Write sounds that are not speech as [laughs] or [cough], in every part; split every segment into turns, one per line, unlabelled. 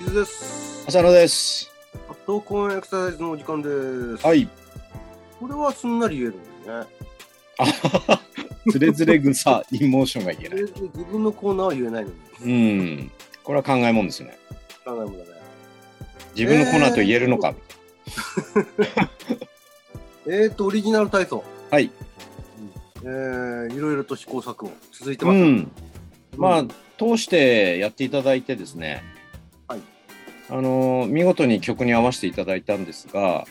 伊豆です。
浅野です。
格闘公演エクササイズのお時間です。
はい。
これはすんなり言えるんだよね。
あははつれづれ草、イモーションがいけない。
自分のコーナーは言えないのに。
[laughs] うん。これは考えもんですね。
考えもんだね。
自分のコーナーと言えるのか。
えーと、オリジナル体操。
はい。
えー、いろいろと試行錯誤続いて
う
ます。
ん。ま
う
あ
ん、
通してやっていただいてですね。
はい。
あのー見事に曲に合わせていただいたんですが、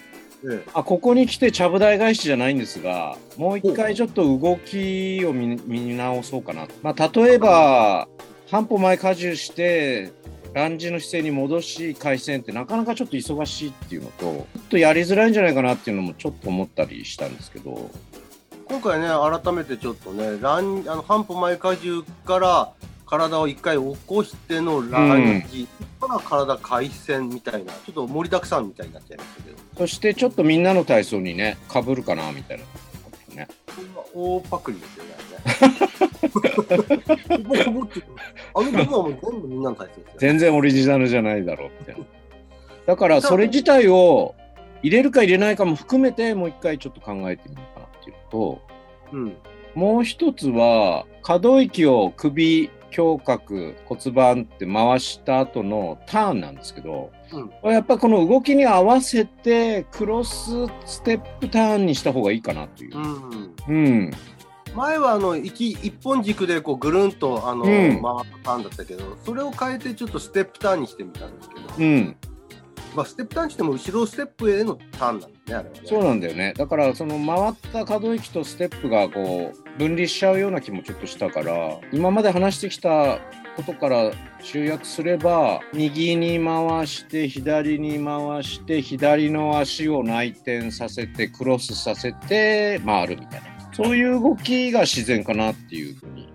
え
あここに来てちゃぶ台返しじゃないんですが、もう一回ちょっと動きを見見直そうかなと。まあ、例えば、半歩前加重して、ランジの姿勢に戻し、回線ってなかなかちょっと忙しいっていうのと、ちょっとやりづらいんじゃないかなっていうのもちょっと思ったりしたんですけど、
え今回ね、改めてちょっとね、ランあの半歩前荷重から体を一回起こしてのランジ、そこから体回旋みたいな、ちょっと盛りだくさんみたいになっちゃいましたけど、
そしてちょっとみんなの体操にね、かぶるかなみたいな。ね、
これは大パクリですよね。あれね僕僕あの曲はもう全部みんなの体操ですよ。
全然オリジナルじゃないだろうみたいな。だからそれ自体を入れるか入れないかも含めてもう一回ちょっと考えてみようかなっていうのと、
うん。
もう一つは可動域を首胸郭骨盤って回した後のターンなんですけど、
うん
これやっぱこの動きに合わせてクロスステップターンにした方がいいかなというう、
ん、
うん
前はあの一一本軸でこうぐるんとあの、
うん
回ったターンだったけどそれを変えてちょっとステップターンにしてみたんですけど、
うん、
まあ、ステップターンにしても後ろステップへのターンなんだねあれはね
そうなんだよねだからその回った可動域とステップがこう分離しちゃうような気もちょっとしたから今まで話してきたことから集約すれば右に回して左に回して左の足を内転させてクロスさせて回るみたいなそういう動きが自然かなっていうふうに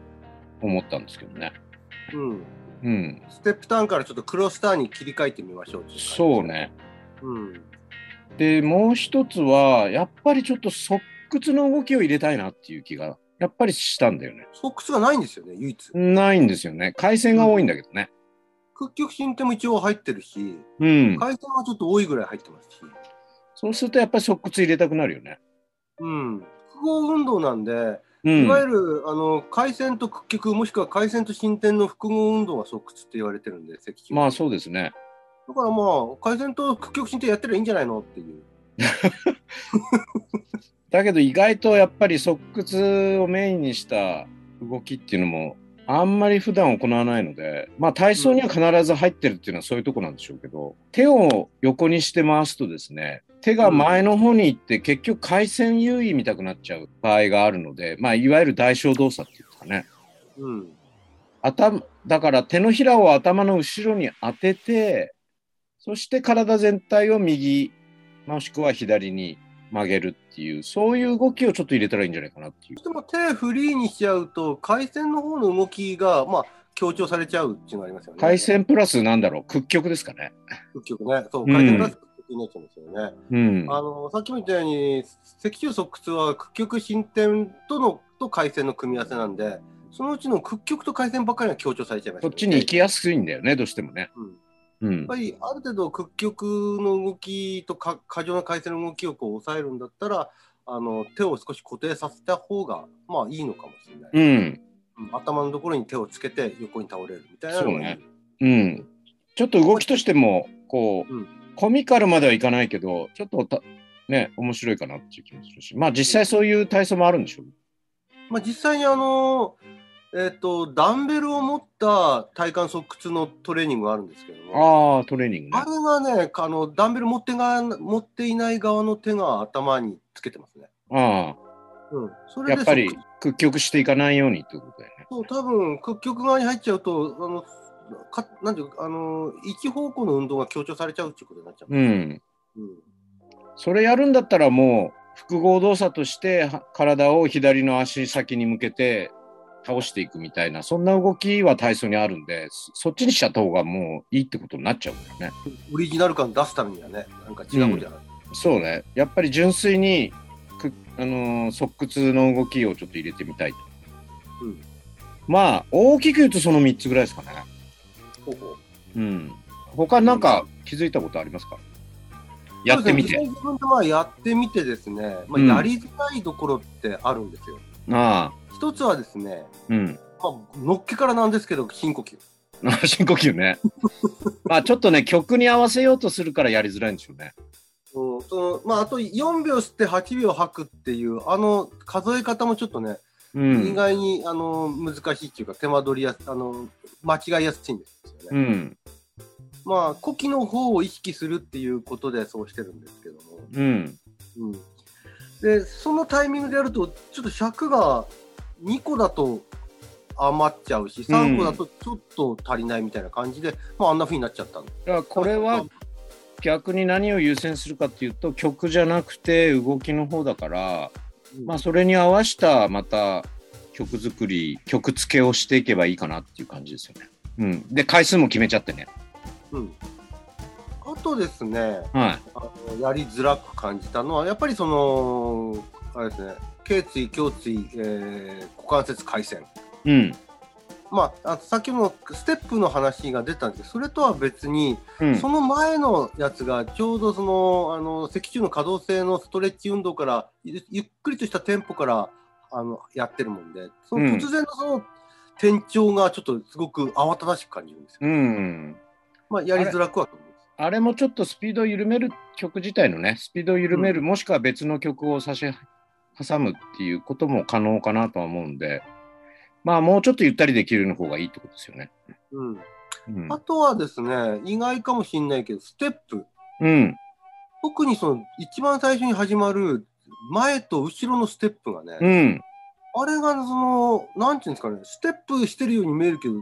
思ったんですけどね。
うん、
うん、
ステップターンからちょっとクロスターンに切り替えてみましょうってい感じ
そうね
うん
でもう一つはやっぱりちょっと側屈の動きを入れたいなっていう気がやっぱりしたんだよね。
ソックスがないんですよね唯一
ないんですよね。回線が多いんだけどね。
屈曲伸展も一応入ってるし
うん。
回転はちょっと多いぐらい入ってますし
そうするとやっぱり側屈入れたくなるよね。
うん複合運動なんで、
う
いわゆ
ん。
るあの回旋と屈曲もしくは回旋と伸展の複合運動は側屈って言われてるんで赤球
まあそうですね。
だからまあ回旋と屈曲伸展やってりゃいいんじゃないのっていう
だけど意外とやっぱり側屈をメインにした動きっていうのもあんまり普段行わないので、まあ体操には必ず入ってるっていうのはそういうとこなんでしょうけど、手を横にして回すとですね、手が前の方に行って結局回線優位見たくなっちゃう場合があるので、まあいわゆる代償動作っていうんですかね。
うん
頭だから手のひらを頭の後ろに当ててそして体全体を右もしくは左に曲げるっていうそういう動きをちょっと入れたらいいんじゃないかなっていう
でも手フリーにしちゃうと回旋の方の動きがまあ強調されちゃうっていうのがありますよね。
回線プラスなんだろう屈曲ですかね
結局ね、そう
うん
回旋プラスになっちゃうんですよね。
うん
あのさっきみたいに脊柱側屈は屈曲伸展とのと回旋の組み合わせなんで、そのうちの屈曲と回旋ばっかりが強調されちゃいます
そ
よ
っ
ね、
ちに行きやすいんだよねどうしてもね
うんや
う
っ
ん
ぱりある程度屈曲の動きとか過剰な回旋の動きをこう抑えるんだったらあの手を少し固定させた方がまあいいのかもしれない、
うん
うん頭のところに手をつけて横に倒れるみたいなのがいい
そうねうんちょっと動きとしてもこう、
うん
コミカルまではいかないけどちょっとたね面白いかなっていう気もするしまあ実際そういう体操もあるんでしょう
まあ、実際にあの、えっとダンベルを持った体幹側屈のトレーニングがあるんですけども
ああトレーニングね
あれはねあのダンベル持ってが持っていない側の手が頭につけてますね。
ああ
うん、それで
やっぱり
側
屈曲していかないようにってことだよね。
そう多分屈曲側に入っちゃうとあのかなんていうかあの一方向の運動が強調されちゃうっていうことになっちゃう。
うん。
うん
それやるんだったらもう複合動作としては体を左の足先に向けて倒していくみたいな、そんな動きは体操にあるんで、そそっちにしちゃった方がもういいってことになっちゃうんだよね。
オリジナル感出すためにはね、なんか違うことやな。
そうね。やっぱり純粋に、くあのー、側屈の動きをちょっと入れてみたいと。
うん。
まあ、大きく言うとその3つぐらいですかね。
ほうほう
うん。他なんか気づいたことありますかやってみて
そう。ですね実際自分でまあやってみてですね、まあ、
うん
やりづらいところってあるんですよ。
ああ。
一つはですね、
うん。 [laughs]
まあ、のっけからなんですけど、深呼吸。
あ深呼吸ね。まあちょっとね、曲に合わせようとするからやりづらいんでしょうね。
うんそのまあ、あと4秒吸って8秒吐くっていう、あの数え方もちょっとね、
う
意
ん。
外にあの難しいっていうか、手間取りやすあの間違いやすいんですよね。
うん。
まあ、呼気の方を意識するっていうことでそうしてるんですけども、
うん。
うん、でそのタイミングでやると、ちょっと尺が2個だと余っちゃうし、3個だとちょっと足りないみたいな感じで、まあ、あんなふうになっちゃったんで
だからこれは逆に何を優先するかっていうと曲じゃなくて動きの方だから、
うん
まあ、それに合わしたまた曲作り曲付けをしていけばいいかなっていう感じですよね。うん、で回数も決めちゃってね。
うん、あとですね、
は
あのやりづらく感じたのは、やっぱりその、あれですね、頸椎、胸椎、えー股関節回旋。
い。うん。
まあ、あ先ほどのステップの話が出たんですけど、それとは別に、
うん
そ。の前のやつがちょうどその、あの、脊柱の可動性のストレッチ運動から、ゆゆっくりとしたテンポから、あの、やってるもんで、その
うん
突然のその、転調がちょっとすごく慌ただしく感じるんですよ。
うん。
まあ、やりづらくはと思います。
あれもちょっとスピードを緩める曲自体のねスピードを緩める、
う
もしくは別の曲を差し挟むっていうことも可能かなとは思うんでまあもうちょっとゆったりできるの方がいいってことですよね。
うん。
うん
あ。とはですね、意外かもしれないけど、ステップ。
うん、
特にその一番最初に始まる前と後ろのステップがね、
うん
あれがその、なんていうんですかね、ステップしてるように見えるけど、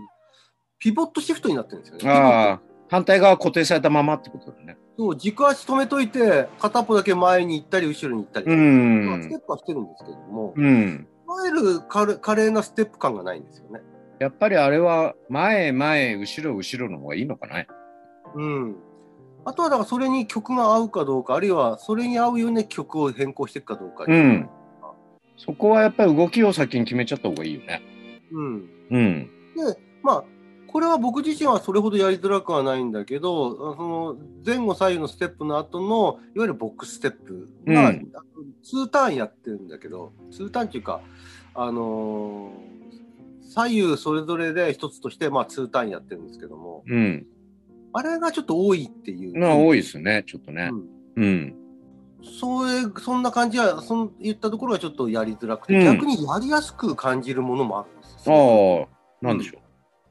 ピボットシフトになってるんですよね。
ああ、反対側固定されたままってことだね。
そう軸足止めといて、片っぽだけ前に行ったり、後ろに行ったり、
う
まあステッ
ん。
プはしてるんですけども、い
うん。
わゆる軽華麗なステップ感がないんですよね。
やっぱりあれは、前、前、後ろ、後ろの方がいいのかな。
うん。あとはだからそれに曲が合うかどうか、あるいはそれに合うように曲を変更していくかどうか。
うん。そこはやっぱり動きを先に決めちゃった方がいいよね。
うん。
うん。
で、まあ、これは僕自身はそれほどやりづらくはないんだけど、あその前後左右のステップの後の、いわゆるボックスステップが、
う
あ
ん
の2ターンやってるんだけど、2ターンっていうか、あのー左右それぞれで一つとして、まあ、2ターンやってるんですけども、
うん。
あれがちょっと多いっていう。
まあ、多いですね、ちょっと
う
ね。
ん
うん。
そういうそんな感じは、そん言ったところはちょっとやりづらくて、
うん
逆にやりやすく感じるものもあるんです
あ
よ。
あ、なんでしょ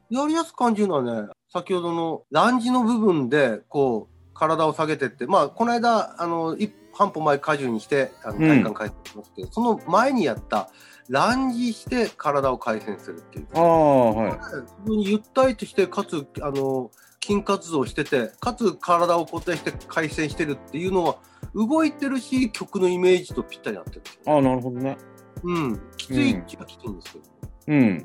やりやすく感じるのはね、先ほどのランジの部分で、こう、体を下げてって、まあ、この間、あの、一半歩前荷重にして、あの
うん
体幹回転しますけど、その前にやった、ランジして体を回転するっていう。
う。ああ、はい。
非常にゆったりとして、かつ、あの、筋活動してて、かつ体を固定して回転してるっていうのは、動いてるし、曲のイメージとぴったり合ってる。
ああ、なるほどね。
うん。きついっちゃきついんですけど。
うん。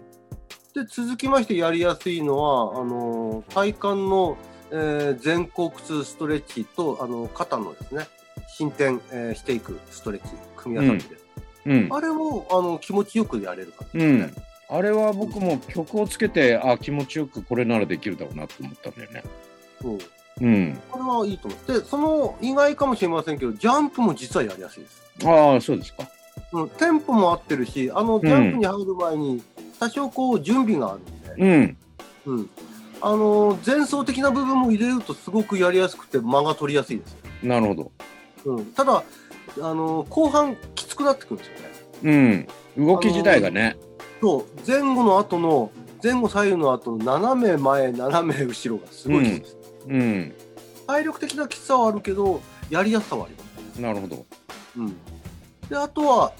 で続きましてやりやすいのはあのー体幹の、えー前後屈ストレッチとあの肩のですね伸展、えーしていくストレッチ組み合わさってる、
うん。
あれもあの気持ちよくやれる感じ
う
です
ん
ね。。
あれは僕も曲をつけて、あ気持ちよくこれならできるだろうなと思ったんだよね。
うん、
うん。
これはいいと思ってでその意外かもしれませんけどジャンプも実はやりやすいです。
ああ、そうですか。
うん、テンポも合ってるしあのジャンプに入る前に多少こう準備があるんで、
うん。
うん、あのー前奏的な部分も入れるとすごくやりやすくて間が取りやすいです。
なるほど。
うん、ただ、あの後半きつくなってくるんですよね。
うん。動き自体がね。
そう前後の後の前後左右の後の斜め前斜め後ろがすごいきついです、
うん。
体力的なきつさはあるけどやりやすさはあります。
なるほど。
うん、であとは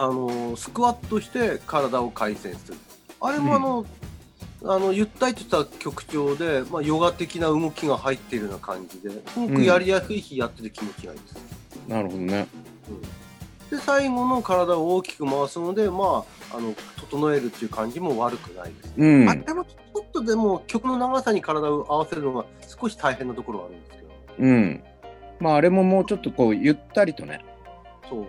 あのスクワットして体を回旋する。あれもあの、あのゆったりとした曲調で、まあ、ヨガ的な動きが入っているような感じですごくやりやすいしやってて気持ちがいいです。
なるほどね。
で最後の体を大きく回すので、まあ、あのと整えるっていう感じも悪くないです、
う
あ
ん
でもちょっとでも曲の長さに体を合わせるのが少し大変なところはあるんですけど
うんまああれももうちょっとこうゆったりとね
そう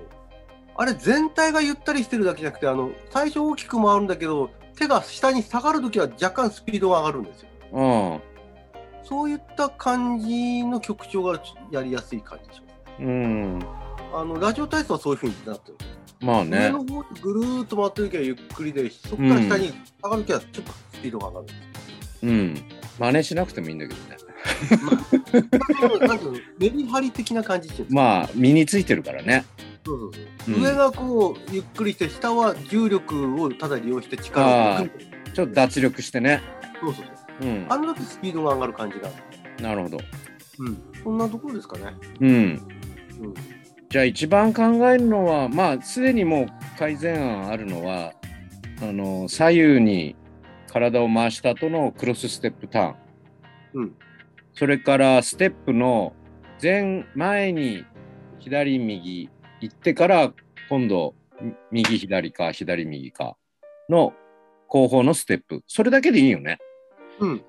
あれ全体がゆったりしてるだけじゃなくてあの最初大きく回るんだけど手が下に下がるときは若干スピードが上がるんですよ
うん
そういった感じの曲調がやりやすい感じでしょ
うん
あのラジオ体操はそういうふうになってる
まあ
上
ね
の方にぐるーっと回ってる時はゆっくりでそこから下に上がる時はちょっとスピードが上がる、
うん真似しなくてもいいんだけどね
まあ、なんていうのメリハリ的な感じっていうんですか
まあ身についてるからね
そうそうそう、
うん
上がこうゆっくりして下は重力をただ利用して力を
あー
抜く
ちょっと脱力してね
そうそうそう
うん
あの時スピードが上がる感じがある
なるほど
うんそんなところですかね
うん
うん
じゃあ一番考えるのはまあすでにもう改善案あるのはあの左右に体を回した後のクロスステップターン
うん
それからステップの前前に左右行ってから今度み右左か左右かの後方のステップそれだけでいいよね
うん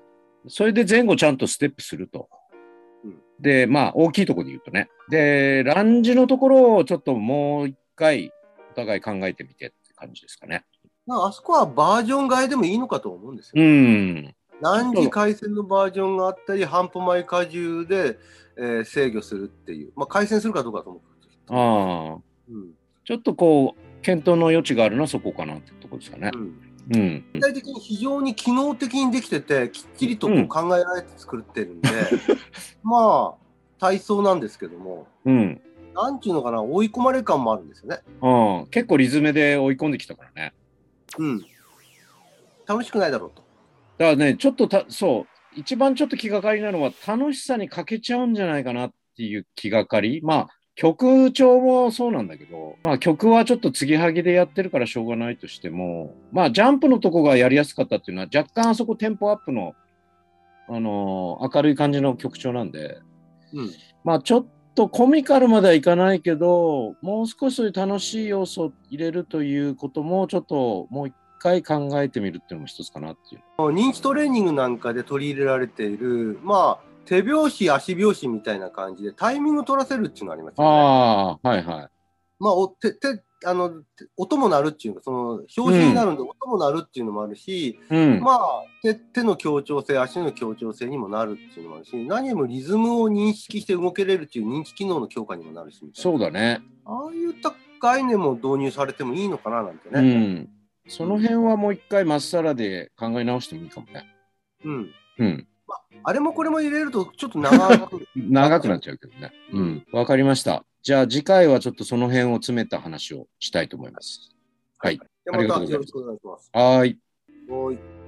それで前後ちゃんとステップすると
うん。
で、まあ、大きいところで言うとね。で、ランジのところをちょっともう一回、お互い考えてみてって感じですかね。
まああそこはバージョン変えでもいいのかと思うんです
う
よ、
ん。
何時回線のバージョンがあったり半歩前荷重で、えー制御するっていうまあ回線するかどうかと思う
ああ。
うん
ちょっとこう、検討の余地があるのはそこかなってとこですかね
う。ん、
うん。
具体的に非常に機能的にできててきっちりとこ
う
うん考えられて作ってるんで、 [laughs] まあ体操なんですけども
うん。
なんていうのかな追い込まれ感もあるんですよね
ああ結構リズムで追い込んできたからね。
うん楽しくないだろうと
だからね、ちょっとた、そう、一番ちょっと気がかりなのは、楽しさに欠けちゃうんじゃないかなっていう気がかり。まあ、曲調もそうなんだけど、まあ曲はちょっと継ぎはぎでやってるからしょうがないとしても、まあジャンプのとこがやりやすかったっていうのは、若干あそこテンポアップの、あのー明るい感じの曲調なんで、
うん
まあちょっとコミカルまではいかないけど、もう少しそういう楽しい要素を入れるということも、ちょっともう一回考えてみるっていうのも一つかなっていう。
認知トレーニングなんかで取り入れられている、まあ、手拍子、足拍子みたいな感じでタイミング取らせるっていうのがありますよね。
ああ、はいはい。
まあ、お手手あの手音も鳴るっていうか、その表示になるんで音も鳴るっていうのもあるし、
うん。
まあ手、手の協調性、足の協調性にもなるっていうのもあるし、何よりもリズムを認識して動けれるっていう認知機能の強化にもなるしみたいな、
そうだね。
ああいった概念も導入されてもいいのかななんて
う
ね。
ん。その辺はもう一回まっさらで考え直してもいいかもね。
うん、
うん。
あれもこれも入れると、ちょっと長く。
長くなっちゃうけどね。うん。わかりました。じゃあ次回はちょっとその辺を詰めた話をしたいと思います。はい。
じゃあまたよろしくお願いします。
はーい。
はい